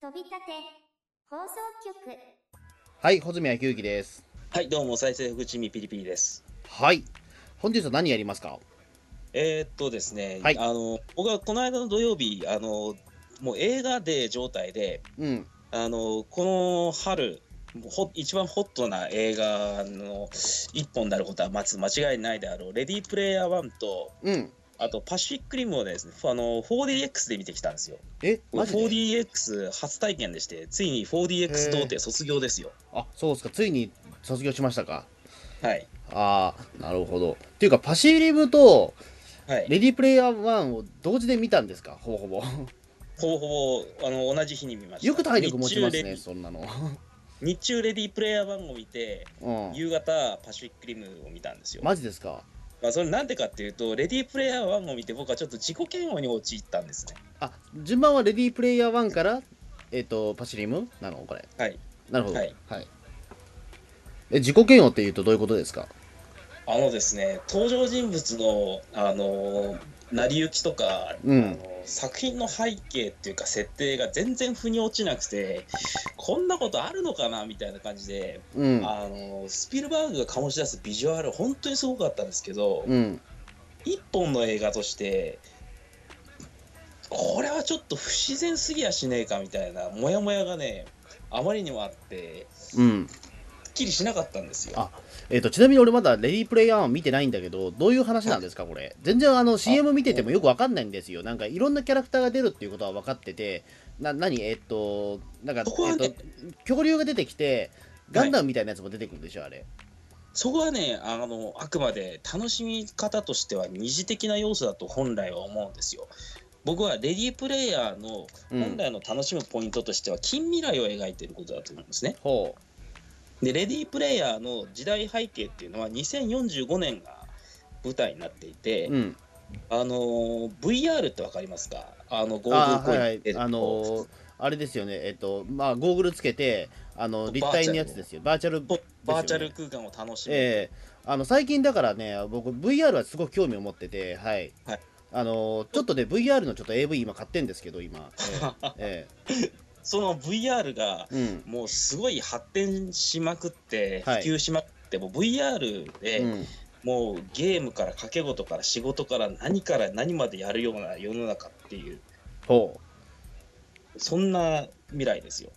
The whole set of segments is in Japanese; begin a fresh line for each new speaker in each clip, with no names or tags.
飛び立て放送局
はい、穂積明之です。
はい、どうも、再生福地味ピリピリです。
はい。本日は何やりますか
えーっとですね、
はい
あの僕はこの間の土曜日、あのもう映画デー状態で、
うん。
あのこの春、ほ一番ホットな映画の一本になることはまず間違いないであろう、レディープレイヤー1と、
うん。あ
あとパシフィックリムをですね、あの 4DX で見てきたんですよ。
え、マジで
4DX 初体験でして、ついに 4DX 童貞卒業ですよ。
あ、そうですか。ついに卒業しましたか。
はい。
ああ、なるほど。っていうか、パシリブと
はい、
レディープレイヤー1を同時で見たんですかほぼほ ぼ。
ほぼほぼあの同じ日に見ました。
よく体力持ちま
日
す
中レデ
ね、
ィ
そんなの。
日中レディープレイヤー1を見て、
うん。
夕方パシフィックリムを見たんですよ。ま
マジですか
あ、それなんでかっていうと、レディープレイヤー1を見て僕はちょっと自己嫌悪に陥ったんですね。
あ、順番はレディープレイヤー1から、えっ、と、パシリムなのこれ。
はい。
なるほど。は
はいい。
え、自己嫌悪って言うとどういうことですか
あのですね、登場人物の、あのー成り行きとか、
うん
あのー作品の背景っていうか設定が全然腑に落ちなくて、こんなことあるのかなみたいな感じで、
うん。
あのースピルバーグが醸し出すビジュアル、本当にすごかったんですけど、
うん。
一本の映画としてこれはちょっと不自然すぎやしねえかみたいなモヤモヤがねあまりにもあって
うん。
すっきりしなかったんですよ
あえー、とちなみに俺まだレディープレイヤー1見てないんだけどどういう話なんですかこれ全然あの CM 見ててもよくわかんないんですよなんかいろんなキャラクターが出るっていうことは分かっててな何えっ、となんか、
そこは
え
ね
っと恐竜が出てきてガンダムみたいなやつも出てくるんでしょあれ
そこはねあのあくまで楽しみ方としては二次的な要素だと本来は思うんですよ僕はレディープレイヤーの
うん
本来の楽しむポイントとしては近未来を描いていることだと思うんですね
ほ
でレディープレイヤーの時代背景っていうのは2045年が舞台になっていて、
ううん
あのー VR ってわかりますかあのゴー
あ
グ
ー
ルコイ
は
ン
いはい
ってやつ
あのーあれですよねえっ、とまあゴーグルつけてあの立体のやつですよバーチャル
とバーチャル
ですよね
空間を楽しむ、
ええあの最近だからね僕 VR はすごく興味を持っててはい、
はい
あのーちょっとね VR のちょっと AV 今買ってんですけど今ええ
その VR が
ええ うん
もうすごい発展しまくって普
はい
及しまくって、もう VR で、
うん
もうゲームから掛け事から仕事から何から何までやるような世の中っていう
ほ
そんな未来ですよ
う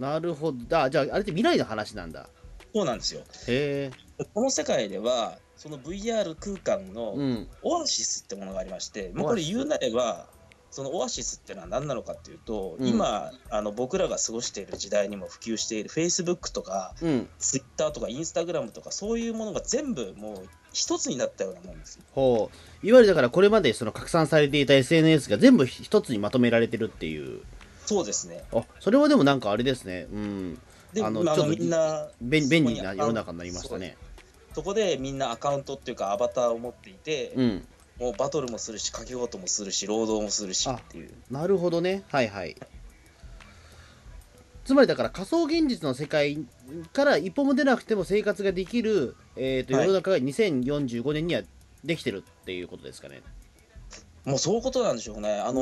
なるほどあじゃああれって未来の話なんだ
そうなんですよ
へえ
この世界ではその VR 空間の、
うん
オアシスってものがありまして、まあ、
オ
こ
ア
れ
シス
言うなればそのオアシスってのは何なのかっていうと、
うん
今あの僕らが過ごしている時代にも普及している Facebook とか
うん
Twitter とか Instagram とかそういうものが全部もう一つになったようなもんですよ
ほういわゆるだからこれまでその拡散されていた SNS が全部ひ一つにまとめられてるっていう
そうですね
あそれはでもなんかあれですねうん
で
あ
あ
の
の、
ちょっと
みんな
便
そこ
便
に
利な世の中になりましたね
そうそこでみんなアカウントっていうかアバターを持っていて、
うん
もうバトルもするし掛け事もするし労働もするし
あ
っていう
なるほどねはいはいつまりだから仮想現実の世界から一歩も出なくても生活ができる、えー、と
は
世
い
の中が2045年にはできてるっていうことですかね、
もうそういうことなんでしょうねあの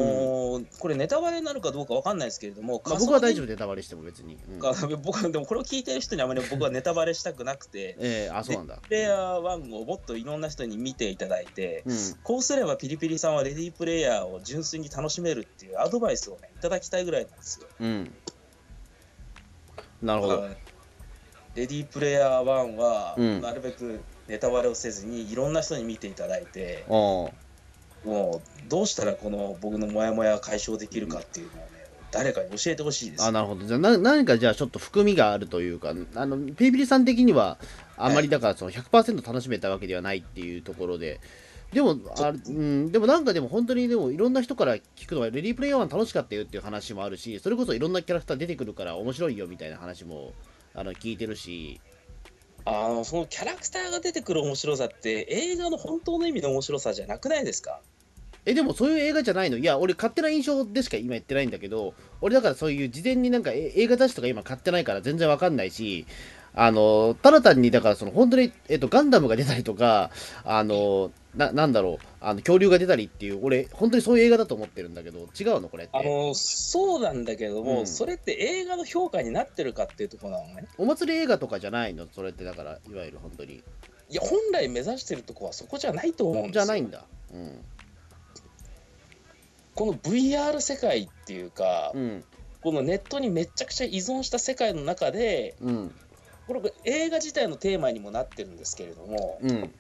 ーこれネタバレになるかどうかわかんないですけれども、
まあ、僕は大丈夫でネタバレしても別に、うん
か 僕でもこれを聞いてる人にあまり僕はネタバレしたくなくて
えー、あそうなんだ
プレイヤー1をもっといろんな人に見ていただいて、
うん
こうすればピリピリさんはレディープレイヤーを純粋に楽しめるっていうアドバイスをねいただきたいぐらいなんですよ。
うんなるほ
だか
ど
らレディープレイヤー1は、
うん
なるべくネタバレをせずにいろんな人に見ていただいて
お
もうどうしたらこの僕のモヤモヤを解消できるかっていうのをね誰かに教えてほしいです
あ。なるほどじゃあな何かじゃあちょっと含みがあるというかあのピリピリさん的にはあまりだからその100%楽しめたわけではないっていうところででもあ、うん、でもなんかでも本当にでもいろんな人から聞くのはレディープレイヤー1楽しかったよっていう話もあるしそれこそいろんなキャラクター出てくるから面白いよみたいな話もあの聞いてるし
あのそのキャラクターが出てくる面白さって映画の本当の意味の面白さじゃなくないですか
えでもそういう映画じゃないのいや俺勝手な印象でしか今言ってないんだけど俺だからそういう事前になんかえ映画雑誌とか今買ってないから全然わかんないしあのただ単にだからその本当に、えっと、ガンダムが出たりとかあのななんだろうあの恐竜が出たりっていう俺本当にそういう映画だと思ってるんだけど違うのこれっ
あ
て
のそうなんだけども、
うん
それって映画の評価になってるかっていうところなのね
お祭り映画とかじゃないのそれってだからいわゆる本当に
いや本来目指してるとこはそこじゃないと思うんです
じ
よ
ゃないんだうん
この VR 世界っていうか、
うん
このネットにめちゃくちゃ依存した世界の中で
うん
これ映画自体のテーマにもなってるんですけれども
うん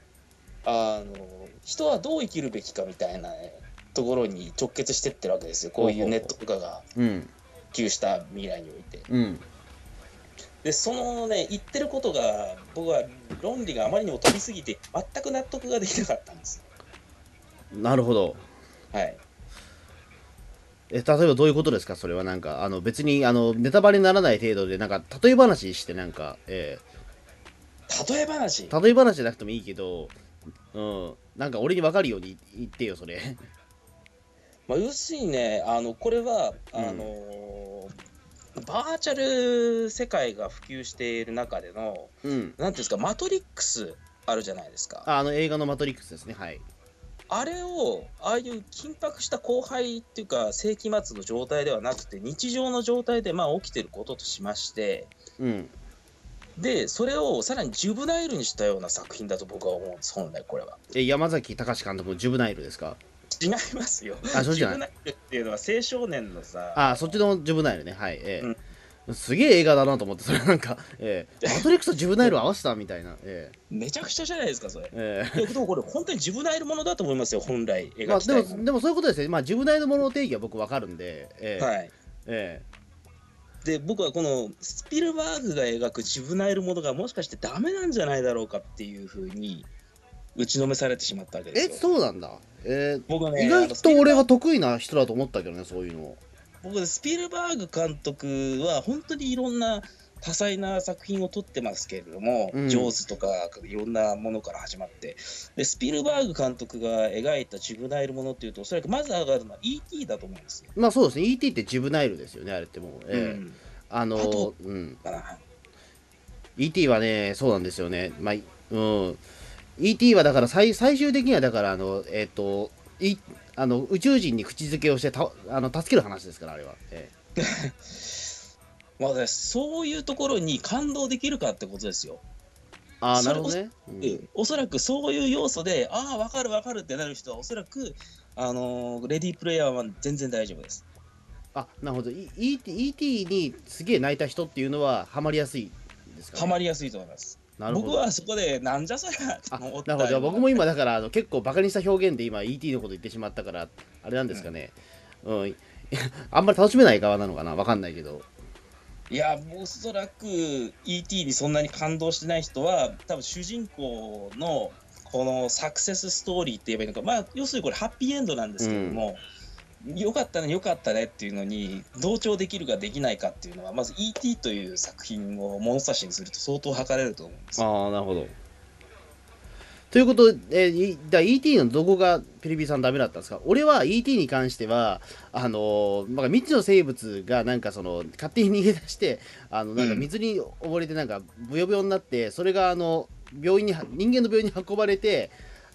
あの人はどう生きるべきかみたいなところに直結してってるわけですよこういうネットとかが
うん
普及した未来において
うん
でそのね言ってることが僕は論理があまりにも飛びすぎて全く納得ができなかったんです
なるほど
はい
え例えばどういうことですかそれはなんかあの別にあのネタバレにならない程度でなんか例え話してなんか、え
例え話
ー例え話じゃなくてもいいけどうんなんか俺に分かるように言ってよそれ
まあ、要するにねあのこれは
う
あ
ん
のーバーチャル世界が普及している中での
うん
なんていうんですかマトリックスあるじゃないですかあ
ああの映画の「マトリックス」ですねはい
れをああいう緊迫した荒廃っていうか世紀末の状態ではなくて日常の状態でまあ起きてることとしまして
うん
でそれをさらにジュブナイルにしたような作品だと僕は思うんです本来これは
え山崎隆監督の「ジュブナイル」ですか
違いますよ
あそうじゃない
ジュブナイルっていうのは青少年のさ
あそっちのジュブナイルねはいええすげえ映画だなと思ってそれなんか「ええマトリックス」と「ジュブナイル」を合わせたみたいなえ
めちゃくちゃじゃないですかそれ
えええ
いやでもこれ本当に自分のやるものだと思いますよ本来映
ま
画
あ、
自
で
体
もでもそういうことですね、まあ、ジュブナイルものの定義は僕分かるんで、ええ
はい
え
で僕はこのスピルバーグが描くジブナイルものがもしかしてダメなんじゃないだろうかっていうふうに打ちのめされてしまったわけ
え
で
え
すよ。
そうなんだ、ええ
僕はね
意
あ
外
のスピ
と
ル
俺は得意な人だと思ったけどね、そういうの。
僕スピルバーグ監督は本当にいろんな多彩な作品を撮ってますけれども「
うん
ジョーズ」とかいろんなものから始まってでスピルバーグ監督が描いたジブナイルものっていうとおそらくまず上がるのは E.T. だと思うんですよ。
まあそうですね、ET ってジュブナイルですよね、あれってもう。ええ
うん
あの
あと
うん、
かな
ET はね、そうなんですよね、まあ、うん、ET はだから最最終的には、だからあの、えっ、と、いあの宇宙人に口づけをしてたあの助ける話ですから、あれは。ええ
まあね、そういうところに感動できるかってことですよ。
ああ、
そ
な
れ
る
こ
ほ
そ
どね。うん
おそらくそういう要素で、ああ、わかるわかるってなる人は、おそらく、あのーレディープレイヤーは全然大丈夫です。
あなるほど、E- ET, ET にすげえ泣いた人っていうのは、ハマりやすいですか、ね、
ハマりやすいと思います。
なるほ
僕
ど
はそこで、なんじゃそりゃと
あなる
思
ほ
った
どじゃあ僕も今だからあの結構バカにした表現で今 ET のこと言ってしまったからあれなんですかね、うんいやあんまり楽しめない側なのかなわかんないけど
いや、もうおそらく ET にそんなに感動してない人は、多分主人公のこのサクセスストーリーって言えばいいのか、まあ、要するにこれ、ハッピーエンドなんですけども、よかったね、よかったねっていうのに、同調できるかできないかっていうのは、まず ET という作品を物差しにすると相当測れると思うんですよ。
ああなるほどということで、えーいだ ET のどこがペリビーさんダメだったんですか俺は ET に関してはあのーなんか未知の生物がなんかその勝手に逃げ出してあのなんか
うん
水に溺れてなんかブヨブヨになってそれがあの病院に人間の病院に運ばれて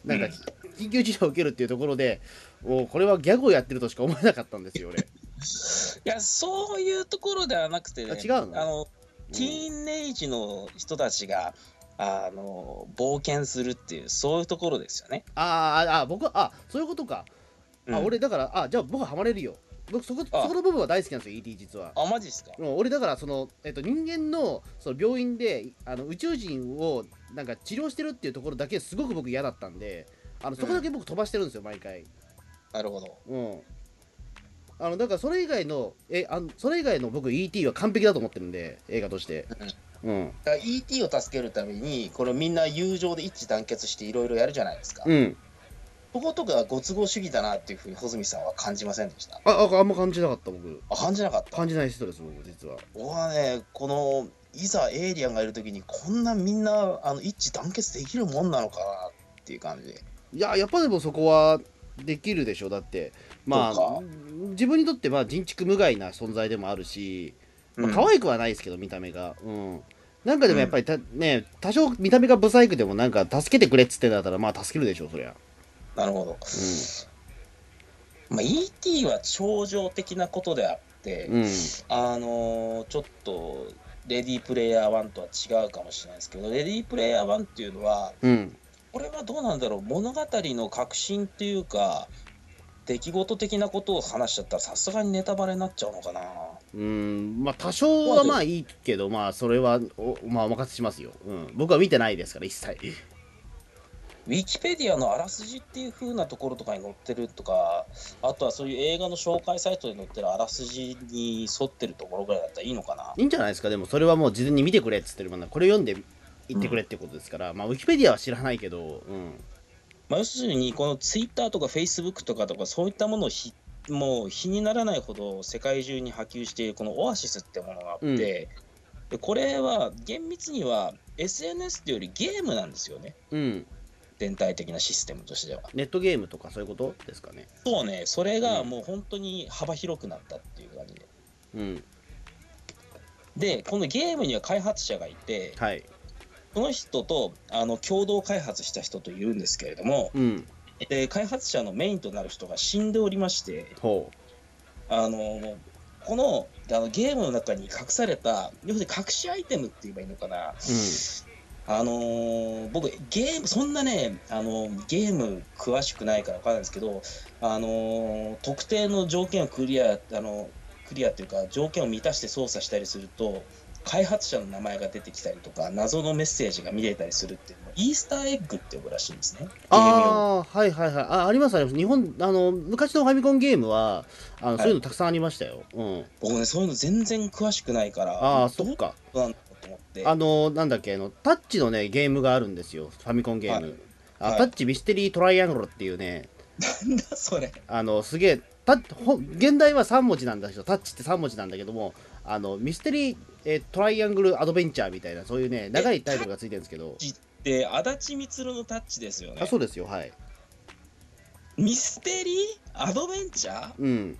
なんか
うん
緊急治療を受けるっていうところでおこれはギャグをやってるとしか思えなかったんですよ俺。
いや、そういうところではなくて、ね、
あ違うの
あのティーンエイジの人たちが、あの冒険するっていう、そういうところですよね。
あーあー僕はあそういうことか、あ
うん
俺だからあじゃあ僕はハマれるよ僕そこ
あ
そこの部分は大好きなんですよ ET 実は。
あ、マジですか
もう俺だからその、えっと、人間のその病院でいあの宇宙人をなんか治療してるっていうところだけすごく僕嫌だったんであのそこだけ僕飛ばしてるんですよ、毎回。
なるほど。
うんあのだからそれ以外のえあのそれ以外の僕 ET は完璧だと思ってるんで映画としてうん
だから ET を助けるためにこれみんな友情で一致団結していろいろやるじゃないですか、
うん
そことかご都合主義だなっていうふうに穂積さんは感じませんでした
あああんま感じなかった僕
あ感じなかった
感じない人です僕実は
僕はねこのいざエイリアンがいる時にこんなみんなあの一致団結できるもんなのかなっていう感じで
いややっぱでもそこはできるでしょだってまあ
そうか
自分にとってまあ人畜無害な存在でもあるしまあ、
うん
可愛くはないですけど見た目がうんなんかでもやっぱりた、ね多少見た目がブサイクでもなんか助けてくれっつってんだったらまあ助けるでしょそりゃ
なるほど。まあ、E.T. は超常的なことであって、
うん。うん。
あのーちょっと、レディープレイヤー1とは違うかもしれないですけど、レディープレイヤー1っていうのは、
うん。
これはどうなんだろう、物語の核心っていうか、出来事的なことを話しちゃったら、さすがにネタバレになっちゃうのかな。
うん、まあ多少はまあいいけど、まあそれはお、まあお任せしますよ。うん。僕は見てないですから、一切。
ウィキペディアのあらすじっていう風なところとかに載ってるとか、あとはそういう映画の紹介サイトに載ってるあらすじに沿ってるところぐらいだったらいいのかな。
いいんじゃないですか、でもそれはもう事前に見てくれっつってるもんな、これ読んで言ってくれってことですから、まあウィキペディアは知らないけど、うん。
まあ、要するに、このツイッターとかフェイスブックとかとか、そういったものをひもう比にならないほど世界中に波及しているこのオアシスってものがあって、
うん
でこれは厳密には SNS っていうよりゲームなんですよね。
うん。
全体的なシステムとしては。
ネットゲームとかそういうことですかね。
そうね、それがもう本当に幅広くなったっていう感じで。
うん。
で、このゲームには開発者がいて、
はい。
その人とあの共同開発した人というんですけれども、
うん。
で開発者のメインとなる人が死んでおりまして、
ほ
あのこのあのゲームの中に隠された、要するに隠しアイテムって言えばいいのかな、
う。う
あのー僕、ゲーム、そんなね、あのゲーム詳しくないから分からないですけど、あのー特定の条件をクリア、あのクリアっていうか、条件を満たして操作したりすると、開発者の名前が出てきたりとか、謎のメッセージが見れたりするっていうのを、イースターエッグって呼ぶらしいんですね。
あ
ゲーム用
あ、はいはいはい。あありますあります。日本、あの、昔のファミコンゲームは、あのそういうのたくさんありましたよ。うん。
僕ね、そういうの全然詳しくないから、
ああ、そっ
ど
か。
うなんだろうと思って。
あの、なんだっけ、あの、タッチのね、ゲームがあるんですよ。ファミコンゲーム。
はい
あ
はい
タッチミステリートライアングルっていうね、
なんだそれ。
あのすげえタッほ現代は3文字なんだけどタッチって3文字なんだけどもあのミステリー、えートライアングルアドベンチャーみたいなそういうね長いタイトルがついてるんですけど
タッチで足立みつるのタッチですよね
あそうですよはい
ミステリーアドベンチャー
うん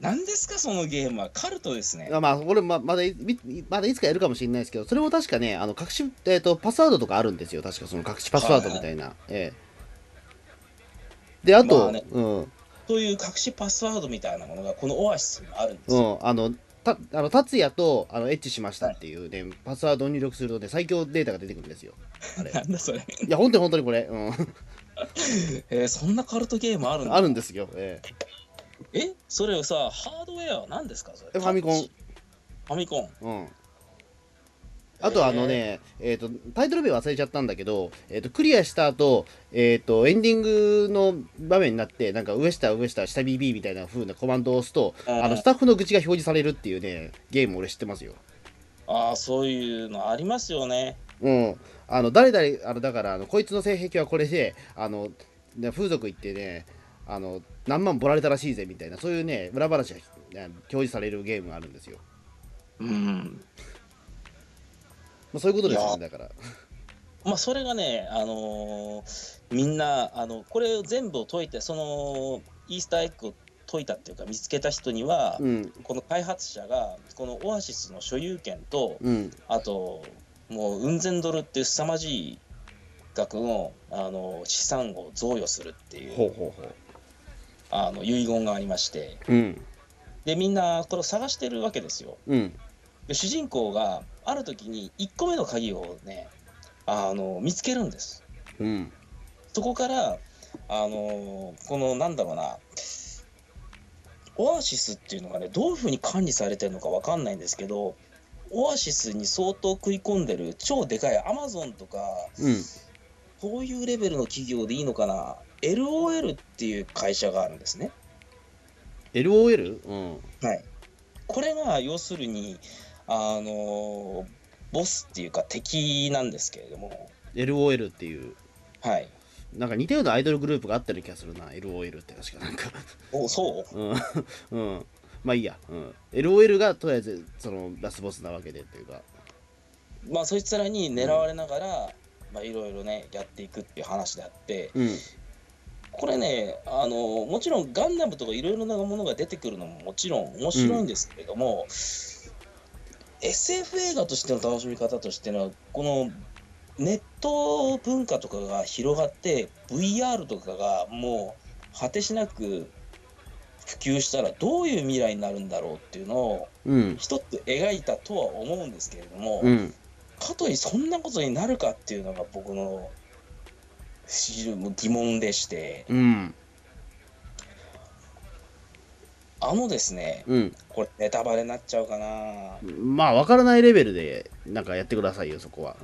何ですかそのゲームはカルトですね
あまあこれままだいみまだいつかやるかもしれないですけどそれも確かねあの隠し、えー、とパスワードとかあるんですよ確かその隠しパスワードみたいな、ええであと、
まあね
うん
という隠しパスワードみたいなものがこのオアシスにあるんです
う
よ、
ん、あの、たあの達也とあのエッチしましたっていうね、パスワードを入力するとね、最強データが出てくるんですよ。あれ。
なんだそれ、
いや、本当に本当にこれ、うん、
えーそんなカルトゲームあるんだ
あるんですよ。ええ
えそれをさハードウェアは何ですかそれ
えファミコン
タッチファミコン
うん。あとはあのね、えーと、タイトル名忘れちゃったんだけど、えー、とクリアした後、えー、とエンディングの場面になって、なんか上下、上下、下 BB みたいな風なコマンドを押すと、
うん
あのスタッフの愚痴が表示されるっていうね、ゲーム俺知ってますよ。
ああそういうのありますよね
うん。あの、誰々、あの、だから、あのこいつの性癖はこれで、あの、ね風俗行ってね、あの、何万ぼられたらしいぜみたいな、そういうね、裏話がね表示されるゲームがあるんですよ。
うん
まあ、そういうことです
い
よ
や
ね、だから。
まあ、それがね、あのーみんな、あのこれを全部を解いて、そのイースターエッグを解いたっていうか、見つけた人には、
うん。
この開発者が、このオアシスの所有権と、
うん。
あと、もう、うん千ドルっていう凄まじい額の、あの資産を贈与するっていう
うほうほう。
あの遺言がありまして、
うん。
で、みんな、これを探してるわけですよ。
うん。
で主人公が、ある時に、1個目の鍵をね、あの見つけるんです。
うん。
そこから、あのーこのなんだろうな、オアシスっていうのがね、どういうふうに管理されてるのかわかんないんですけど、オアシスに相当食い込んでる超でかいアマゾンとか、
うん。
こういうレベルの企業でいいのかな、LOL っていう会社があるんですね。
LOL? うん。
はい。これが要するに、あのーボスっていうか敵なんですけれども、
LOL っていう。
はい。
なんか似たようなアイドルグループがあったような気がするな。LOL って確かなんか。
お、そ う
うん。うん。まあいいや。うん。LOL がとりあえず、その、ラスボスなわけでっていうか。
まあそいつらに狙われながら、まあいろいろねやっていくっていう話であって
うん。
これねあのもちろんガンダムとかいろいろなものが出てくるのももちろん面白いんですけれども、SF 映画としての楽しみ方としてのこのネット文化とかが広がって VR とかがもう果てしなく普及したらどういう未来になるんだろうっていうのを
うん
一つ描いたとは思うんですけれども、
うん
かといそんなことになるかっていうのが僕の非常に疑問でして
うん
あのですね
うん
これネタバレになっちゃうかな
まあ分からないレベルでなんかやってくださいよそこは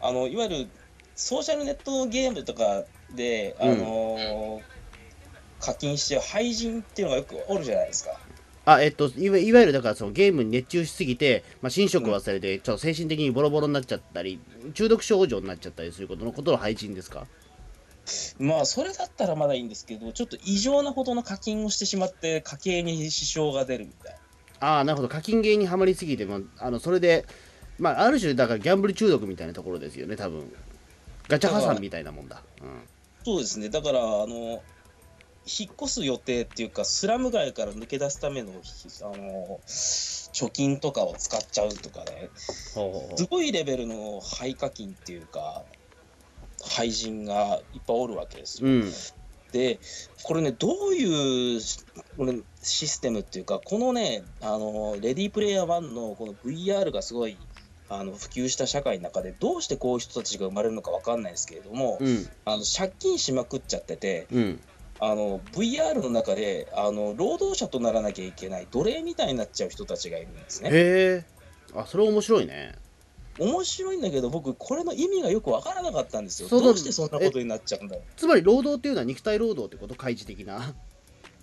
あのいわゆるソーシャルネットゲームとかで、あのー課金しちゃう廃人っていうのがよくおるじゃないですか。
あえっといわいわゆるだからそのゲームに熱中しすぎて、まあ、寝食忘れてちょっと精神的にボロボロになっちゃったり中毒症状になっちゃったりすることのことの配信ですか
まあそれだったらまだいいんですけどちょっと異常なほどの課金をしてしまって家計に支障が出るみたいな。
ああなるほど課金ゲーにはまりすぎて、まあ、あのそれで、まあ、ある種だからギャンブル中毒みたいなところですよね多分ガチャ破産みたいなもんだ、う
そうですねだからあの引っ越す予定っていうかスラム街から抜け出すためのあの貯金とかを使っちゃうとか
ん、
ねすごいレベルの廃課金っていうか廃人がいっぱいおるわけですよ
うん
でこれねどういうこれシステムっていうかこのねあのレディープレイヤー1のこの VR がすごいあの普及した社会の中でどうしてこういう人たちが生まれるのかわかんないですけれども、
うん
あの借金しまくっちゃってて
うん
あの VR の中であの労働者とならなきゃいけない奴隷みたいになっちゃう人たちがいるんですね。
へえあそれ面白いね
面白いんだけど僕これの意味がよくわからなかったんですよ。
そうだ
どうしてそんなことになっちゃうんだろう。
つまり労働っていうのは肉体労働ってこと開示的な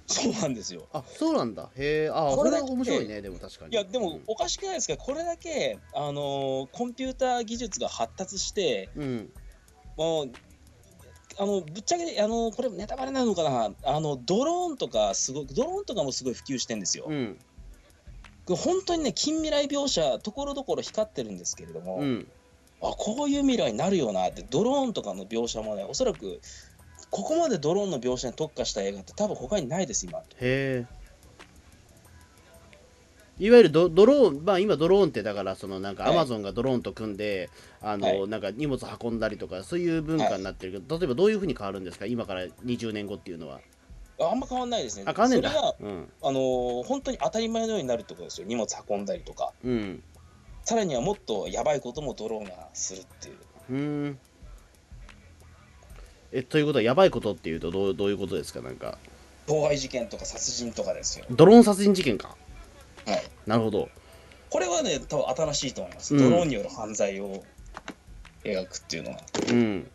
そうなんですよ。
あそうなんだへえあそ
これ
れ
だ
は
け
面白いねでも確かに
いやでも
う
おかしくないですか、これだけ、あのーコンピューター技術が発達して、
ん、うん
もうあのぶっちゃけ、あのーこれ、ネタバレなのかなあの、ドローンとかすごく、ドローンとかもすごい普及してるんですよ。
うん
これ本当にね、近未来描写、ところどころ光ってるんですけれども、
うん
あこういう未来になるよなって、ドローンとかの描写もね、おそらく、ここまでドローンの描写に特化した映画って、多分他にないです、今。
へえいわゆるドドローン、まあ、今ドローンってだからそのなんか
は
ア
い
マゾンがドローンと組んで、あの
はい
なんか荷物運んだりとかそういう文化になってるけど、例えばどういうふうに変わるんですか今から20年後っていうのは
ああんま変わんないですね。
あ変わんねえん
それが
だ、うん
あのー本当に当たり前のようになるってことですよ、荷物運んだりとか。
うん
さらにはもっとやばいこともドローンがするっていう。
うーんえということはやばいことっていうとどうどういうことですかなんか
妨害事件とか殺人とかですよ。
ドローン殺人事件か
はい。
なるほど
これはね、多分新しいと思います。
うん
ドローンによる犯罪を描くっていうのは。
うん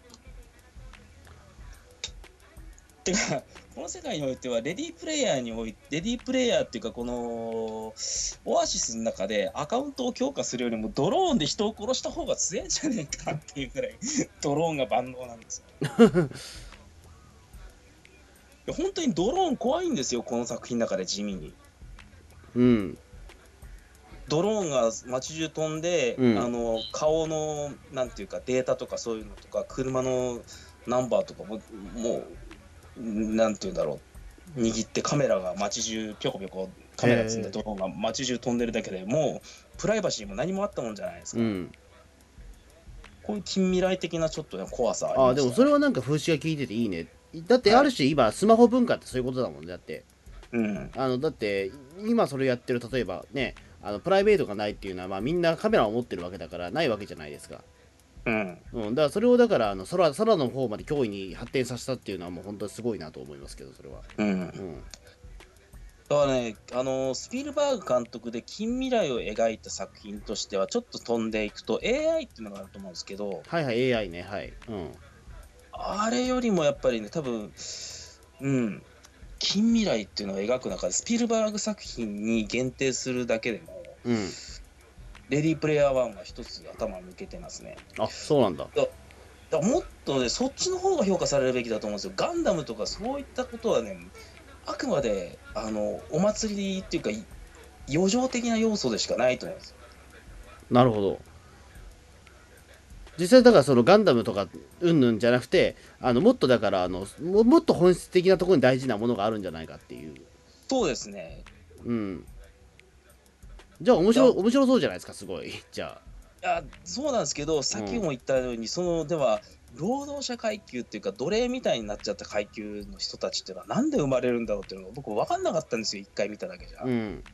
てか、この世界においては、レディープレイヤーにおいて、レディープレイヤーっていうか、この、オアシスの中でアカウントを強化するよりも、ドローンで人を殺した方が強いんじゃねえかっていうくらい、ドローンが万能なんですよ。いや本当にドローン怖いんですよ、この作品の中で地味に。
うん
ドローンが街中飛んで、
うん
あの顔のなんていうかデータとかそういうのとか車のナンバーとかももうなんていうんだろう握ってカメラが街中ぴょこぴょこカメラ積んで
へー
ドローンが街中飛んでるだけでもうプライバシーも何もあったもんじゃないですか、
うん
こういう近未来的なちょっと、ね、怖さあり
あ
ま
あ
した
でもそれはなんか風刺が効いてていいねだって
はい
ある種今スマホ文化ってそういうことだもんねだって
うん
あのだって今それやってる例えばねあのプライベートがないっていうのは、まあ、みんなカメラを持ってるわけだからないわけじゃないですか、
うん
うん、だからそれをだからあの空空の方まで脅威に発展させたっていうのはもう本当にすごいなと思いますけどそれは、
うん
うん、
だからね、あのスピルバーグ監督で近未来を描いた作品としてはちょっと飛んでいくと AI っていうのがあると思うんですけど
はいはい AI ねはい、うん、
あれよりもやっぱりね多分うん近未来っていうのを描く中でスピルバーグ作品に限定するだけでも
うん、
レディープレイヤー1は一つ頭抜けてますね
あそうなんだ
だからもっとねそっちの方が評価されるべきだと思うんですよガンダムとかそういったことはねあくまであのお祭りっていうかい余剰的な要素でしかないと思うんですよ
なるほど実際だからそのガンダムとかうんぬんじゃなくてあのもっとだからあのももっと本質的なところに大事なものがあるんじゃないかっていう
そうですね
うんじゃあ面白面白そうじゃないですかすごい じゃあ
やそうなんですけどさっきも言ったように、そのでは労働者階級っていうか奴隷みたいになっちゃった階級の人たちっていうのはなんで生まれるんだろうっていうのが僕分かんなかったんですよ一回見ただけじゃ、
うん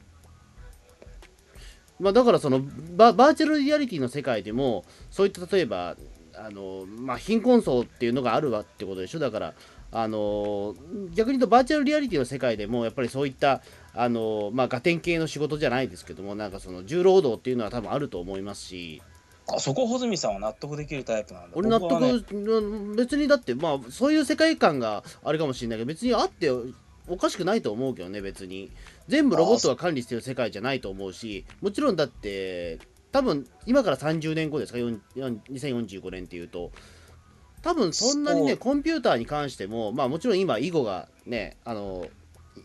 まあ、だからそのババーチャルリアリティの世界でもそういった例えばあの、まあ、貧困層っていうのがあるわってことでしょだからあの逆に言うとバーチャルリアリティの世界でもやっぱりそういったあの、まあ、ガテン系の仕事じゃないですけどもなんかその重労働っていうのは多分あると思いますし
あそこ穂積さんは納得できるタイプなんだ
俺納得、
僕はね
うん別にだってまあそういう世界観があれかもしれないけど別にあっておかしくないと思うけどね別に全部ロボットが管理してる世界じゃないと思うしもちろんだって多分今から30年後ですか4 4 2045年っていうと多分そんなに
そ
ね
う
コンピューターに関してもまあもちろん今囲碁がねあの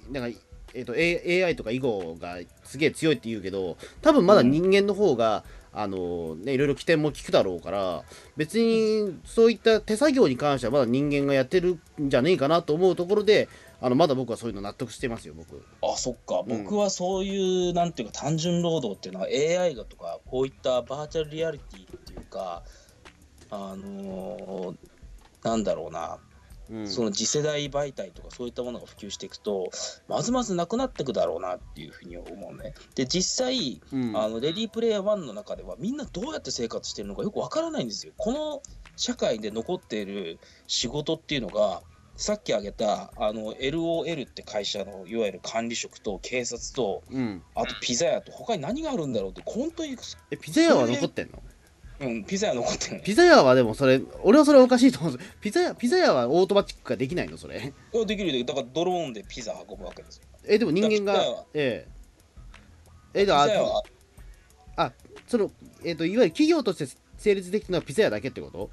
なんかえっと A- AI とか囲碁がすげえ強いって言うけど多分まだ人間の方が、あのねいろいろ起点も聞くだろうから別にそういった手作業に関してはまだ人間がやってるんじゃねえかなと思うところであのまだ僕はそういうの納得してますよ僕
あそっか
うん
僕はそういう、なんていうか単純労働っていうのは AI だとかこういったバーチャルリアリティっていうかあのーなんだろうな、
うん
その次世代媒体とかそういったものが普及していくとまずまずなくなっていくだろうなっていうふうに思うねで実際
うん
あのレディープレイヤー1の中ではみんなどうやって生活してるのかよくわからないんですよ。この社会で残っている仕事っていうのがさっき挙げたあの LOL って会社のいわゆる管理職と警察と
うん
あとピザ屋と他に何があるんだろうって本当に、
えピザ屋は残ってんの
うん、ピザ屋残ってる
ピザ屋はでもそれ俺はそれおかしいと思うんですピザ屋ピザ屋はオートマチックができないのそれ
いやできるでだからドローンでピザ運ぶわけですよ。
えでも人間
だからピザ屋
が
は
えええ
ピ
でも
ザ
あ
屋は
そのえっ、といわゆる企業として成立できたのはピザ屋だけってこと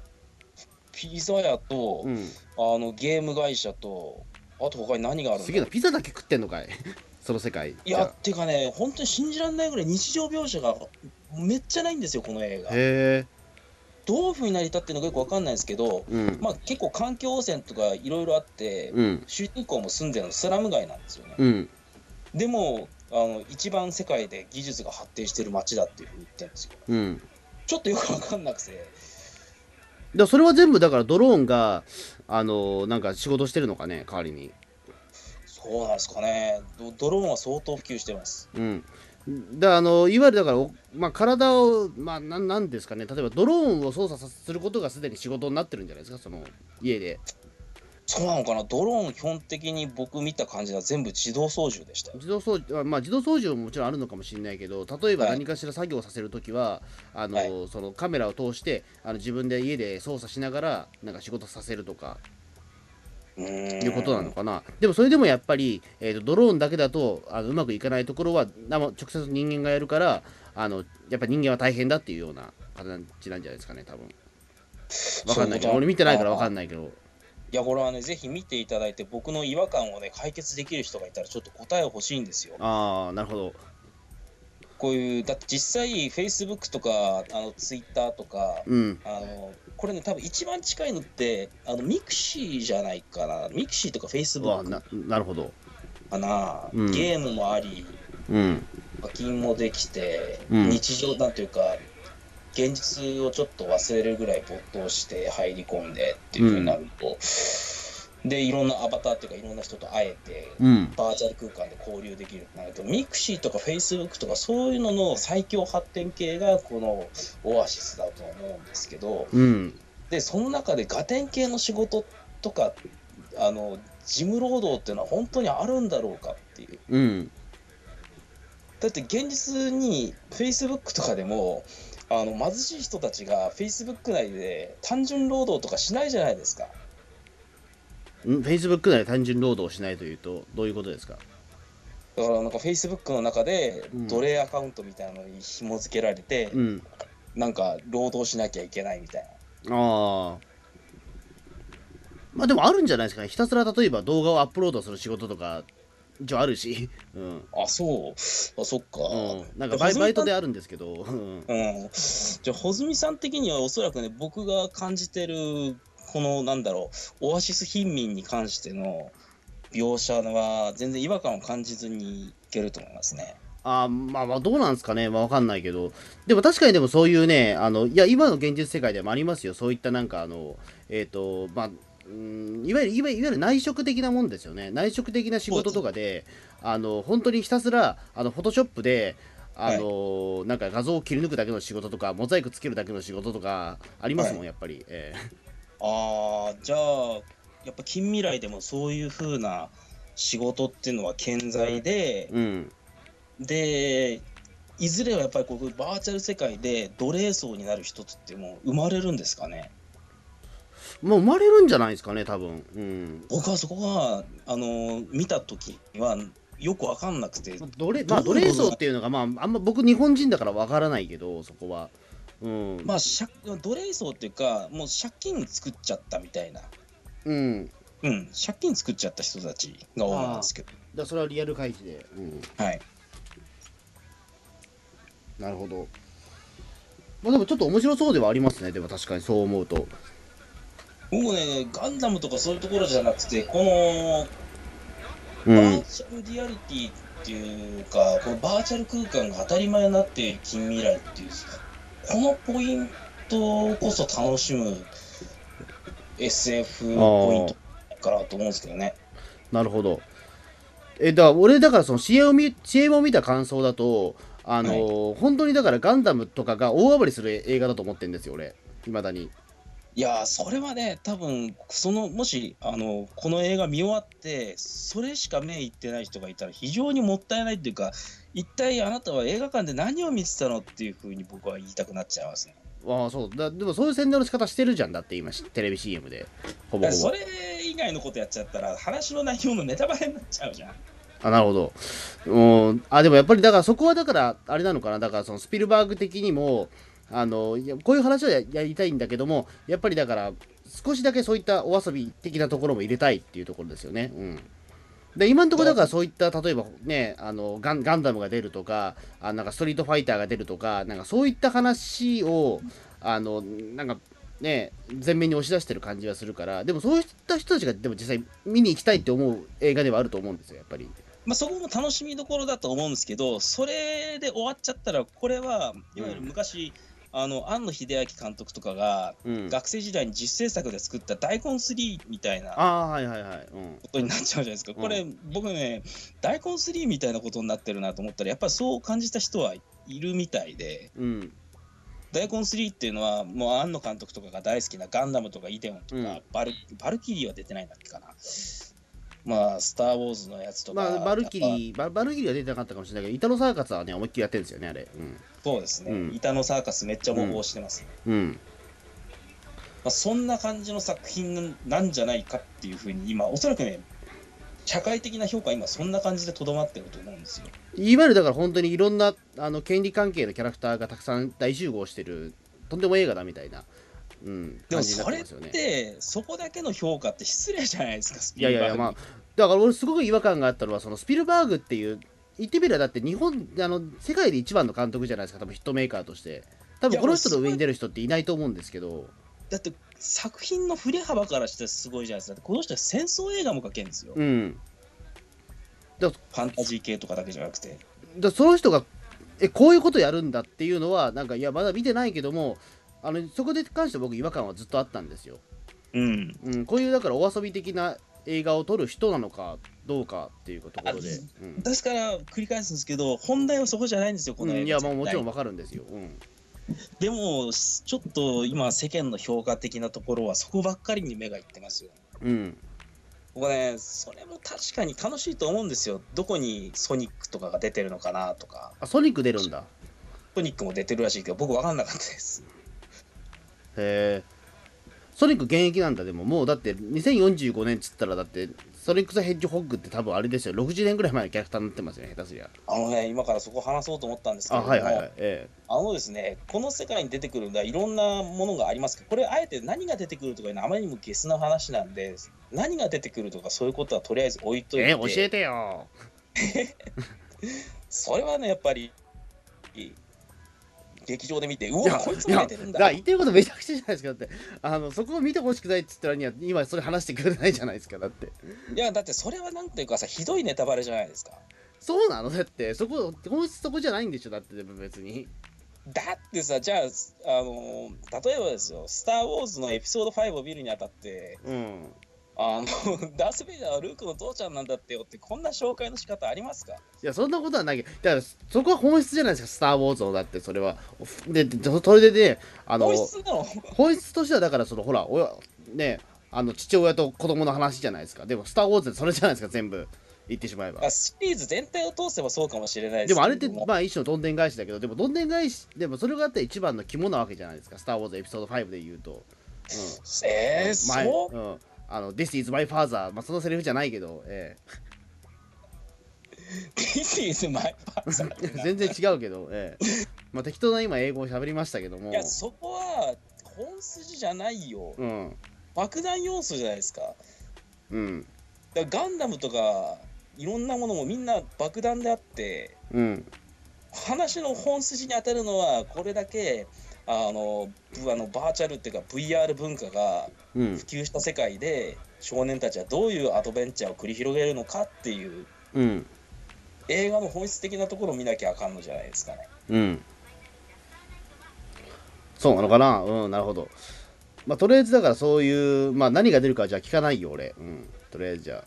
ピザ屋と、
うん
あのゲーム会社とあと他に何があるんだろう
すげえなピザだけ食ってんのかい その世界
い
じゃ
や
あ
てかね本当に信じられないぐらい日常描写がめっちゃないんですよこの映画
へ
どういうふうになり立ってるのかよくわかんないんですけど
えうん
まあ結構環境汚染とかいろいろあって
うん
主人公も住んでるのスラム街なんですよね
うん
でもあの一番世界で技術が発展してる街だっていうふうに言ってるんですよ
うん
ちょっとよくわかんなくて
だからそれは全部だからドローンがあのーなんか仕事してるのかね代わりに
そうなんですかねドドローンは相当普及してます
うんだあのいわゆるだから、おまあ、体を、まあ、なんなんですかね例えばドローンを操作さすることがすでに仕事になってるんじゃないですかその家で
そうなのかなドローン基本的に僕見た感じは全部自動操縦でしたよ
自動掃除、あまあ、自動掃除ももちろんあるのかもしれないけど例えば
はい
何かしら作業をさせるときは、あの
は
そのカメラを通してあの自分で家で操作しながらなんか仕事させるとか
うーん
いうことなのかな、でもそれでもやっぱり、えー、とドローンだけだとあのうまくいかないところは生直接人間がやるからあのやっぱ人間は大変だっていうような形なんじゃないですかね多分わかんないけ
そういうこと
ど俺見てないから
あー
わかんないけど
いや、これはね、ぜひ見ていただいて、僕の違和感をね、解決できる人がいたら、ちょっと答え欲しいんですよ。
ああなるほど
こういう、だって実際、Facebook とか、あの Twitter とか、
うん
あのこれね、多分一番近いのって、あのミクシーじゃないかな、ミクシーとか
うわ
Facebook
ななるほど
かな、
うん
ゲームもあり、
うん
課金もできて、
うん
日常なんていうか、現実をちょっと忘れるぐらい没頭して入り込んでっていうふうになると、で、いろんなアバターっていうか、いろんな人と会えて、
うん
バーチャル空間で交流できるってなると、ミクシーとかフェイスブックとかそういうのの最強発展系がこのオアシスだと思うんですけど、
うん
で、その中でガテン系の仕事とか、あの、事務労働っていうのは本当にあるんだろうかっていう。
うん
だって現実にフェイスブックとかでも、あの貧しい人たちがフェイスブック内で単純労働とかしないじゃないですか。
フェイスブック内で単純労働をしないというとどういうことですか
だからなんかフェイスブックの中で
うん
奴隷アカウントみたいなのに紐付けられて、
うん
なんか労働しなきゃいけないみたい
あ
な。
あまあでもあるんじゃないですかねひたすら例えば動画をアップロードする仕事とか一応あるしうん
あ、そう。あ、そっか。
うん、なんかバイバイトであるんですけど、うん
うん。じゃあ、穂積さん的にはおそらくね、僕が感じてる、この、なんだろう、オアシス貧民に関しての描写は、全然違和感を感じずにいけると思いますね。
ああーまあまあどうなんですかね、まあ、わかんないけど、でも確かにでもそういうね、あのいや、今の現実世界でもありますよ、そういったなんか、あの、えっ、と、まあ、うんいわゆるいわゆるいわゆる内職的なもんですよね、内職的な仕事とかで、あの本当にひたすら、あのフォトショップで、あのなんか画像を切り抜くだけの仕事とか、モザイクつけるだけの仕事とか、ありますもん、
は
やっぱり。ええ
あーじゃあやっぱ近未来でもそういう風な仕事っていうのは健在で、
うん、
でいずれはやっぱりこうバーチャル世界で奴隷層になる人ってもう生まれるんですかね
もう生まれるんじゃないですかね、多分うん。
僕はそこはあの見た時はよく分かんなくて
奴隷まあ、
ど
奴
ういうこと
隷層っていうのが、まあ、あんま僕、日本人だからわからないけど、そこは。うん、
まあ借奴隷層っていうかもう借金作っちゃったみたいな、
うん、
うん、借金作っちゃった人たちが多いんですけど
だそれはリアル開示で、うん、
はい
なるほどまあでもちょっと面白そうではありますねでも確かにそう思うと
僕ねガンダムとかそういうところじゃなくてこの
う
バーチャルリアリティっていうか、このバーチャル空間が当たり前になっている近未来っていうこのポイントこそ楽しむ SF ポイントかなと思うんですけどね
なるほどえだから俺だからその CM を見 CM を見た感想だとあのー本当にだからガンダムとかが大暴れする映画だと思ってるんですよ俺いまだに
いやーそれはね多分そのもしあのこの映画見終わってそれしか目いってない人がいたら非常にもったいないっていうか一体あなたは映画館で何を見てたのっていうふうに僕は言いたくなっちゃいますね
ああそうだでもそういう宣伝の仕方してるじゃんだって今しテレビ CM でほ
い
ぼ
や
ほ
そ
ぼ
れ以外のことやっちゃったら話の内容のネタバレになっちゃうじゃん
あなるほどうんあでもやっぱりだからそこはだからあれなのかなだからそのスピルバーグ的にもあのいやこういう話はややりたいんだけどもやっぱりだから少しだけそういったお遊び的なところも入れたいっていうところですよね。うんで今のところだからそういった例えばねあのガンガンダムが出るとかあなんかストリートファイターが出るとかなんかそういった話をあのなんかね前面に押し出してる感じがするからでもそういった人たちがでも実際見に行きたいって思う映画ではあると思うんですよやっぱり。
まあ、そこも楽しみどころだと思うんですけど、それで終わっちゃったら、これはいわゆる昔、あの庵野秀明監督とかが、
うん
学生時代に実制作で作った「大根3」みたいなこ
ああはいはいはい、うん、
とになっちゃうじゃないですか、
うん
これ、僕ね、大根3みたいなことになってるなと思ったら、やっぱりそう感じた人はいるみたいで、
うん
大根3っていうのは、もう庵野監督とかが大好きなガンダムとかイデオンとか、
うん
バルバルキリーは出てないんだっけかな。まあ、スター・ウォーズのやつとか、
まあバルキ
やっぱ
リーババルキリーは出てなかったかもしれないけどイタロサーカスはね思いっきりやってるんですよねあれ
そうですね、
うん
板のサーカスめっちゃ模倣してます、
うん、うん、
まあ、そんな感じの作品なんじゃないかっていうふうに今おそらくね社会的な評価は今そんな感じでとどまってると思うんですよ
いわゆるだから本当にいろんなあの権利関係のキャラクターがたくさん大集合してるとんでも映画だみたいな、うん、
で
感
も
じにな
そ
って
れっ
ますよね
てそこだけの評価って失礼じゃないですかス
いやいやいやまあだから俺すごく違和感があったのはそのスピルバーグっていう言ってみればだって日本あの世界で一番の監督じゃないですか多分ヒットメーカーとして多分この人の上に出る人っていないと思うんですけど
だって作品の振れ幅からしてすごいじゃないですかだってこの人は戦争映画も描けるんですよ、フ
うん
ァンタジー系とかだけじゃなくて
だその人がえこういうことやるんだっていうのはなんかいやまだ見てないけどもあのそこで関して僕違和感はずっとあったんですよ、
うん
うん、こういうだからお遊び的な映画を撮る人なのかどうかっていうところで、うん
ですから繰り返すんですけど本題はそこじゃないんですよこ
う
の
ん、
映画
いやまあもちろん
絶
わかるんですよ、うん、
対でもちょっと今世間の評価的なところはそこばっかりに目がいってますよ
うん、
僕ね、それも確かに楽しいと思うんですよ。どこにソニックとかが出てるのかなとか、
あソニック出るんだ
ソニックも出てるらしいけど、僕分かんなかったです。
へえソニック現役なんだでももうだって2045年っつったらだってソニック・ザ・ヘッジホッグって多分あれですよ60年ぐらい前のキャラクターになってますよね下手すりゃ
あのね、今からそこ話そうと思ったんですけ
あ
れども、
はいはいはいえ
あのですね、この世界に出てくるのはいろんなものがありますけど、これ、あえて何が出てくるとかいうのはあまりにもゲスな話なんで、何が出てくるとかそういうことはとりあえず置いとい
え
て、
え教えてよ
それはね、やっぱり、劇場で見て、う
いや
わ、こいつも出てるん
いや
だ。
言ってることめちゃくちゃじゃないですかだってあのそこを見てほしくないっつったらには今それ話してくれないじゃないですかだって
いや、だってそれはなんていうかさ、ひどいネタバレじゃないですか。
そうなのだってそこ本質そこじゃないんでしょだってでも別に
だってさ、じゃあ、あの例えばですよ、スター・ウォーズのエピソード5を見るにあたって、
うん
あの、 ダース・ベイダーはルークの父ちゃんなんだってよって、こんな紹介の仕方ありますか
いやそんなことはないけどだからそこは本質じゃないですか「スター・ウォーズ」のだってそれはででそれでねあの
本質なの
本質としてはだからそのほら親ねあの父親と子供の話じゃないですかでも「スター・ウォーズ」ってそれじゃないですか全部言ってしまえば
あシリーズ全体を通せばそうかもしれないです
で
け
もあれっ
ど
てまあ一種のどんでん返しだけどでもどんでん返しでもそれがあったら一番の肝なわけじゃないですか「スター・ウォーズ」エピソード5で言うと、うん
えー、
前
そう
うんあの「This is my father」まあそのセリフじゃないけど、え
？This is my father
え全然違うけど、ええまあ適当な今英語を喋りましたけども
いやそこは本筋じゃないよ。
うん
爆弾要素じゃないですか。
うん
だからガンダムとかいろんなものもみんな爆弾であって
うん
話の本筋に当たるのはこれだけあのぶあのバーチャルっていうか VR 文化が
うん
普及した世界で少年たちはどういうアドベンチャーを繰り広げるのかっていう
うん
映画の本質的なところを見なきゃあかんのじゃないですかね。
うん。そうなのかなうん、なるほど。まあ、とりあえずだからそういう、まあ何が出るかはじゃあ聞かないよ、俺。うん。とりあえずじゃあ。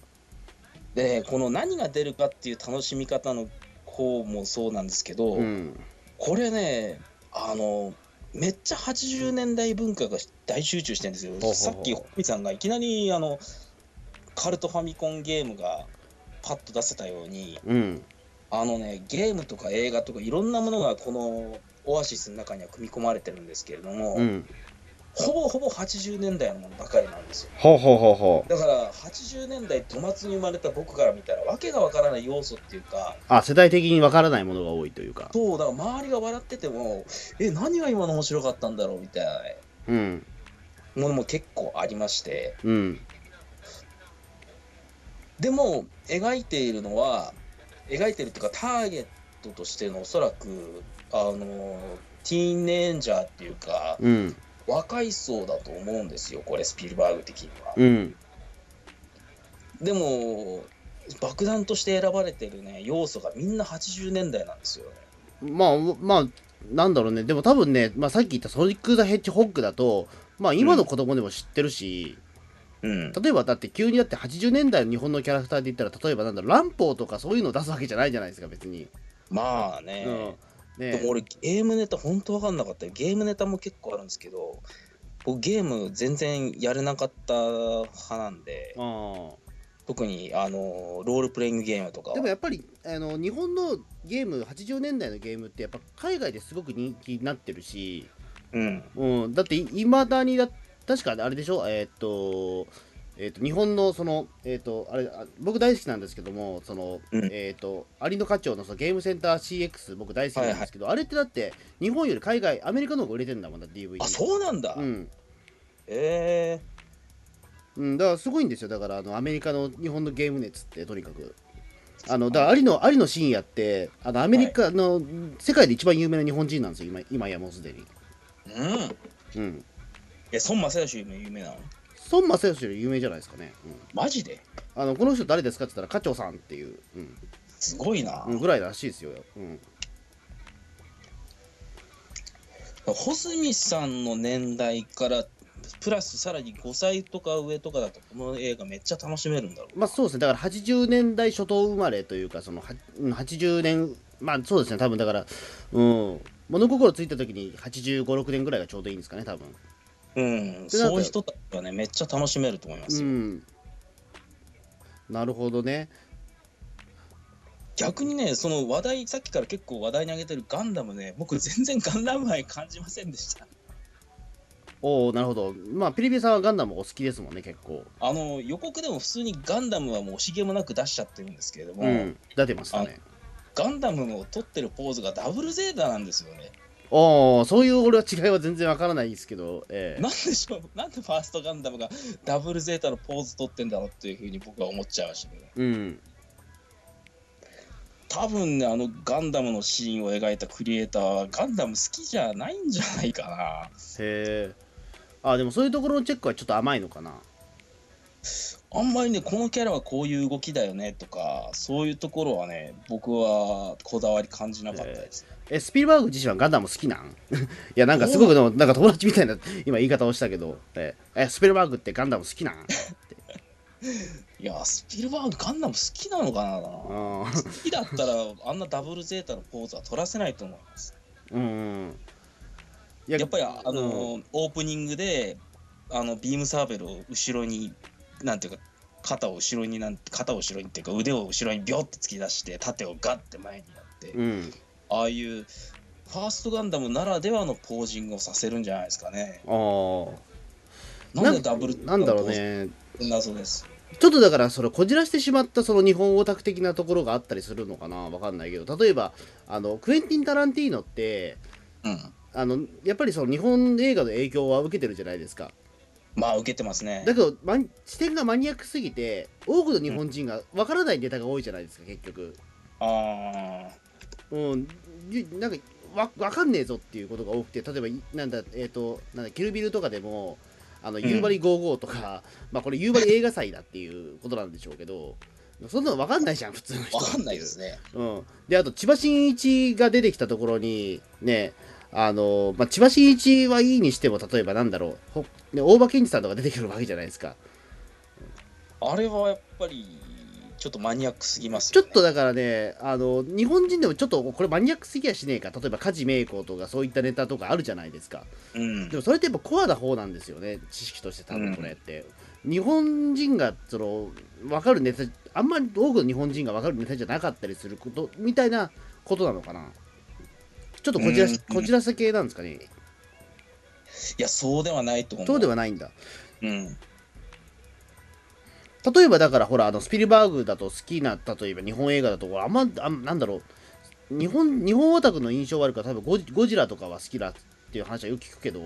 でこの何が出るかっていう楽しみ方の方もそうなんですけど、
うん。
これねあのめっちゃ80年代文化が大集中してるんですよ。
ほうほう
さっきホミさんがいきなりあのカルトファミコンゲームがパッと出せたように
うん。
あのねゲームとか映画とかいろんなものがこのオアシスの中には組み込まれてるんですけれども、
うん。
ほぼほぼ80年代のものばかりなんですよ。
ほうほうほうほう。
だから80年代土末に生まれた僕から見たらわけがわからない要素っていうか
あ、世代的にわからないものが多いというか。
そうだから周りが笑っててもえ何が今の面白かったんだろうみたいな
うん。
ものも結構ありまして
うん。
でも描いているのは描いてるっていうかターゲットとしてのおそらくあのティーンエンジャーっていうか
うん。
若い層だと思うんですよこれスピルバーグ的には。
うん。
でも爆弾として選ばれてるね要素がみんな80年代なんですよね。
まあ、まあ、なんだろうね。でも多分ね、まあさっき言ったソニック・ザ・ヘッジホッグだと、まあ今の子供でも知ってるし、
うん、
例えばだって急にだって80年代の日本のキャラクターで言ったら例えばなんだろう乱暴とかそういうのを出すわけじゃないじゃないですか別に、
まあね。
うんね
でも俺ゲームネタ本当わかんなかったよゲームネタも結構あるんですけど僕ゲーム全然やれなかった派なんで
うん
特にあのロールプレイングゲームとかは
でもやっぱりあの日本のゲーム80年代のゲームってやっぱ海外ですごく人気になってるし、
うん
うん、だっていまだにだ確かあれでしょえーっとえーっと日本のそのえーっとあれあ僕大好きなんですけどもその、
うん
えーっと有野課長のそのゲームセンター CX 僕大好きなんですけど、あれってだって日本より海外アメリカの方が売れてるんだもんだ DVD
あそうなんだ、
うん、
ええ
うん、だからすごいんですよ、だからあのアメリカの日本のゲーム熱って、とにかく。あのだから有野有野真也って、あのアメリカの、世界で一番有名な日本人なんですよ、今今やもうすでに。
うん
うん、
え孫正義も有名なの
孫正義より有名じゃないですかね。
マジで
うん、あのこの人誰ですかって言ったら、課長さんっていう、うん
すごいな、
うん、ぐらいらしいですよ。うん、
穂積さんの年代からプラスさらに5歳とか上とかだとこの映画めっちゃ楽しめるんだろう
まあそうですね、だから80年代初頭生まれというか、そのはうん80年、まあそうですね、多分だから、うん、物心ついた時に85、6年ぐらいがちょうどいいんですかね、多分
うん
でなんか
そういう人たちはねめっちゃ楽しめると思いますよ、
うん、なるほどね。
逆にねその話題さっきから結構話題に挙げてるガンダムね僕全然ガンダム愛感じませんでした
おおなるほど。まあ、ピリピリさんはガンダムお好きですもんね、結構。
あの予告でも普通にガンダムはもう惜しげもなく出しちゃってるんですけれども、
うん。出てましたね。
ガンダムの撮ってるポーズがダブルゼータなんですよね
おおそういう俺は違いは全然わからないですけど、ええ
なんでしょうなんでファーストガンダムがダブルゼータのポーズ撮ってんだろうっていうふうに僕は思っちゃいましたけど
うん。
多分ね、あのガンダムのシーンを描いたクリエイターは、ガンダム好きじゃないんじゃないかな。
へえあでもそういうところのチェックはちょっと甘いのかな
あんまりね、このキャラはこういう動きだよねとか、そういうところはね、僕はこだわり感じなかったです。
えスピルバーグ自身はガンダム好きなん いやなんかすごくでもなんか友達みたいな 今言い方をしたけどええスピルバーグってガンダム好きなん
いや、スピルバーグ、ガンダム好きなのかな
うん
好きだったら、あんなダブルゼータのポーズは取らせないと思います。
うんうんい
やっぱり、あ
うん
の、オープニングで、あの、ビームサーベルを後ろに、なんていうか、肩を後ろになん、肩を後ろにっていうか、腕を後ろにビョって突き出して、盾をガッて前にやって、
うん
ああいう、ファーストガンダムならではのポージングをさせるんじゃないですかね。
あー
なんでダブルゼータ
なん
の
だ
ポ
ろ
ー
う
ズ
ね
謎です。
ちょっとだからそれこじらしてしまったその日本オタク的なところがあったりするのかなわかんないけど例えばあのクエンティン・タランティーノって
うん。
あのやっぱりその日本映画の影響は受けてるじゃないですか
まあ、受けてますね
だ。けど、ま、視点がマニアックすぎて多くの日本人がわからないネタが多いじゃないですか結局
ああ。
うんゆなんかわわかんねえぞっていうことが多くて例えばいなんだえっ、となんだキルビルとかでもあの
ん
夕張55とか、まあこれ夕張映画祭だっていうことなんでしょうけどそんなのわかんないじゃん普通の人
わ
は
かんないですね。
うん、であと千葉真一が出てきたところにねあの、まあ、千葉真一はいいにしても例えばなんだろうほ、ね、大場健二さんとか出てくるわけじゃないですか
あれはやっぱり、ちょっとマニアックすぎます
ちょ
よ、
っ
ね。
とだからねあの日本人でもちょっとこれマニアックすぎやしねえか例えば家事名工とかそういったネタとかあるじゃないですか
うん
で。もそれってやっぱコアな方なんですよね知識として多分これって、日本人がその分かるネタあんまり多くの日本人が分かるネタじゃなかったりすることみたいなことなのかなちょっとこじらし、
うん
こじらせ系なんですかね
いや、そうではないと思う。
そうではないんだ
うん。
例えばだからほらあのスピルバーグだと好きな例えば日本映画だとあんまあんなんだろう日本日本オタクの印象はあるから多分ゴジゴジラとかは好きだっていう話はよく聞くけど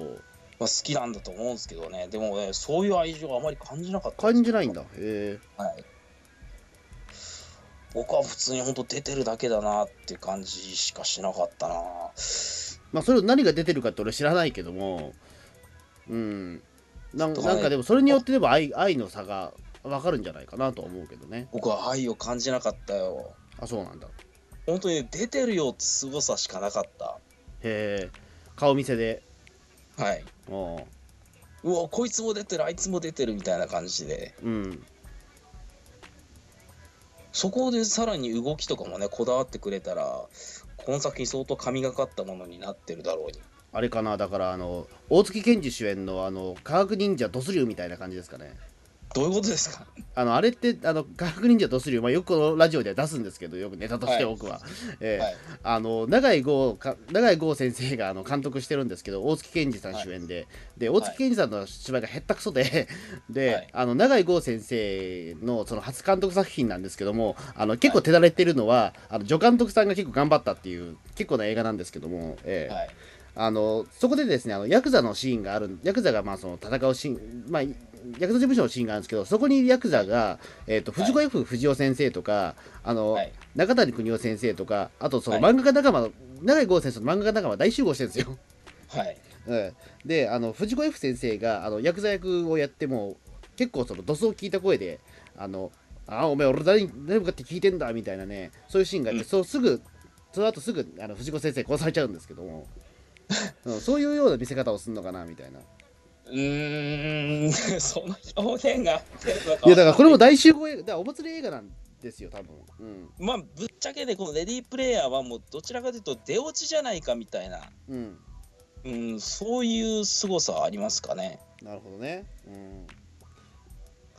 まあ、好きなんだと思うんですけどね。でもね、そういう愛情はあまり感じなかった。
感じないんだへえ
はい。僕は普通に本当出てるだけだなっていう感じしかしなかったな。
まあそれ何が出てるかって俺知らないけどもうんなん
ちょっと
なんかでもそれによってでも愛愛の差が分かるんじゃないかなとは思うけどね
僕は愛を感じなかったよ。
あそうなんだ
本当にね出てるよって凄さしかなかった。
へえ顔見せで
はい。
おう
うわ、こいつも出てる、あいつも出てるみたいな感じで。
うん
そこでさらに動きとかもね、こだわってくれたら、この作品相当神がかったものになってるだろうに。
あれかなだからあの大月健二主演のあの科学忍者ドスリュウみたいな感じですかね
どういうことですか
あのあれってあの科学忍者ドスリュウ、まあ、よくこのラジオでは出すんですけどよくネタとして
はい
僕は、ええ
はい
あの永井剛か永井剛先生があの監督してるんですけど大月健二さん主演で、で大月健二さんの芝居がへったくそ でで、
はい
あの永井剛先生のその初監督作品なんですけどもあの結構手だれてるのは、あの助監督さんが結構頑張ったっていう結構な映画なんですけども、ええ
はい。
あのそこでですねあのヤクザのシーンがあるヤクザがまあその戦うシーン、まあ、ヤクザ事務所のシーンがあるんですけどそこにヤクザが、えー、と藤子 F 不二雄先生とか、あの
はい
中谷邦夫先生とかあとその
はい
漫画家仲間の、永井剛先生の漫画家仲間大集合してるんですよ。
はい。
うんであの藤子 F 先生があのヤクザ役をやっても結構そのドスを聞いた声で「あのあお前俺誰に誰向かって聞いてんだ」みたいなねそういうシーンがあって、
うん
そうすぐその後すぐあの藤子先生殺されちゃうんですけど も、うん、そういうような見せ方をするのかなみたいな。
うーん、 その表現が。
いやだからこれも大集合映画だからお祭り映画なんですよ多分。うん
まあ、ぶっちゃけね、このレディープレイヤーはもうどちらかというと出落ちじゃないかみたいな、
うん、
うん、そういう凄さはありますかね。
なるほどね。うん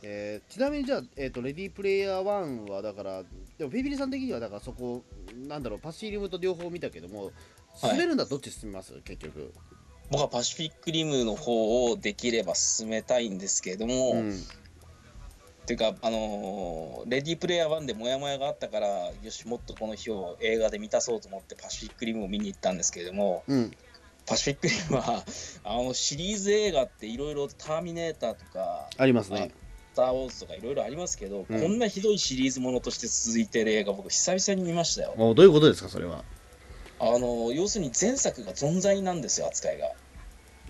えーちなみにじゃあ、えーと、レディープレイヤー1はだから、でもフェイビリさん的にはだからそこ、なんだろう、パシリウムと両方見たけども、
はい
進めるんだどっち進みます、結局。
僕はパシフィックリムの方をできれば進めたいんですけれども、
うん、
っていうか、あのーレディープレイヤー1でモヤモヤがあったから、よし、もっとこの日を映画で満たそうと思ってパシフィックリムを見に行ったんですけれども、
うん、
パシフィックリ ムは、あの、シリーズ映画っていろいろターミネーターとか、
ありますね。
ター・ウォーズ」とかいろいろありますけど、
うん
こんなひどいシリーズものとして続いてる映画僕久々に見ましたよ
おどういうことですかそれは
あの要するに前作が存在なんですよ扱いが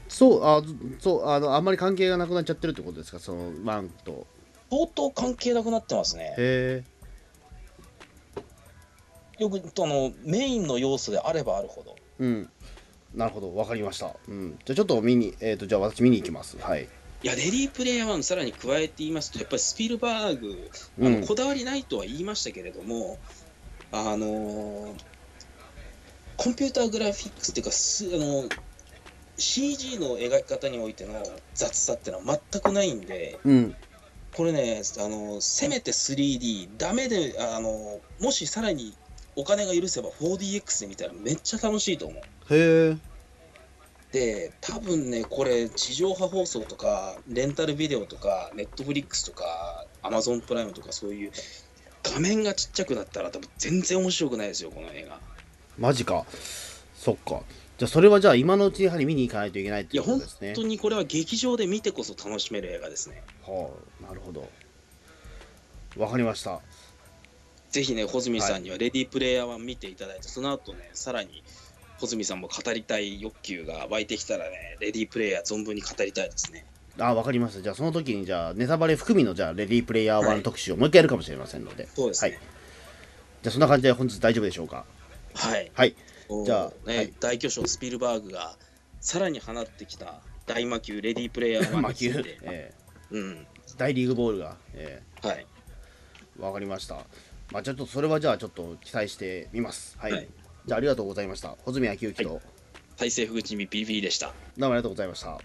そうあずそうあのあんまり関係がなくなっちゃってるってことですかそのワンと
相当関係なくなってますね
へ
よくあのメインの要素であればあるほど
えうんなるほどわかりました、うん、じゃあちょっと見にえっ、とじゃあ私見に行きますはい
いやレディープレイヤー1さらに加えて言いますとやっぱりスピルバーグ
う
あ
ん
のこだわりないとは言いましたけれども、あのーコンピューターグラフィックスっていうか、すあの CG の描き方においての雑さっていうのは全くないんで、
うん
これね、あのせめて 3D、ダメで、あのもしさらにお金が許せば 4DX で見たらめっちゃ楽しいと思う。
へえ
で多分ねこれ地上波放送とかレンタルビデオとかネットフリックスとかアマゾンプライムとかそういう画面がちっちゃくなったら多分全然面白くないですよこの映画
マジかそっかじゃあそれはじゃあ今のうちにやはり見に行かないといけないって
い
い
や
うこと
本
ですね
当にこれは劇場で見てこそ楽しめる映画ですね
はあなるほどわかりました
ぜひね穂積さんにはレディープレイヤー1見ていただいて、その後ねさらに穂積さんも語りたい欲求が湧いてきたらねレディープレイヤー存分に語りたいですね
あわかりましたじゃあその時にじゃあネタバレ含みのじゃあレディープレイヤー1特集をもう一回やるかもしれませんので、
そうですね
はいじゃあそんな感じで本日大丈夫でしょうか
はい
はいじ
じ
ゃ
ゃ
あ
あ、ね
はい
大巨匠スピルバーグがさらに放ってきた大魔球レディープレイ ヤー1
魔
につい
球
て、
え
うん
え大リーグボールが、え
はい、
えわかりました。まあ、ちょっとそれはじゃあちょっと期待してみます。はい。
はい
じゃあありがとうございました。穂積昭之と、
大政府口にビビリでし
ど
た
うもありがとうございました。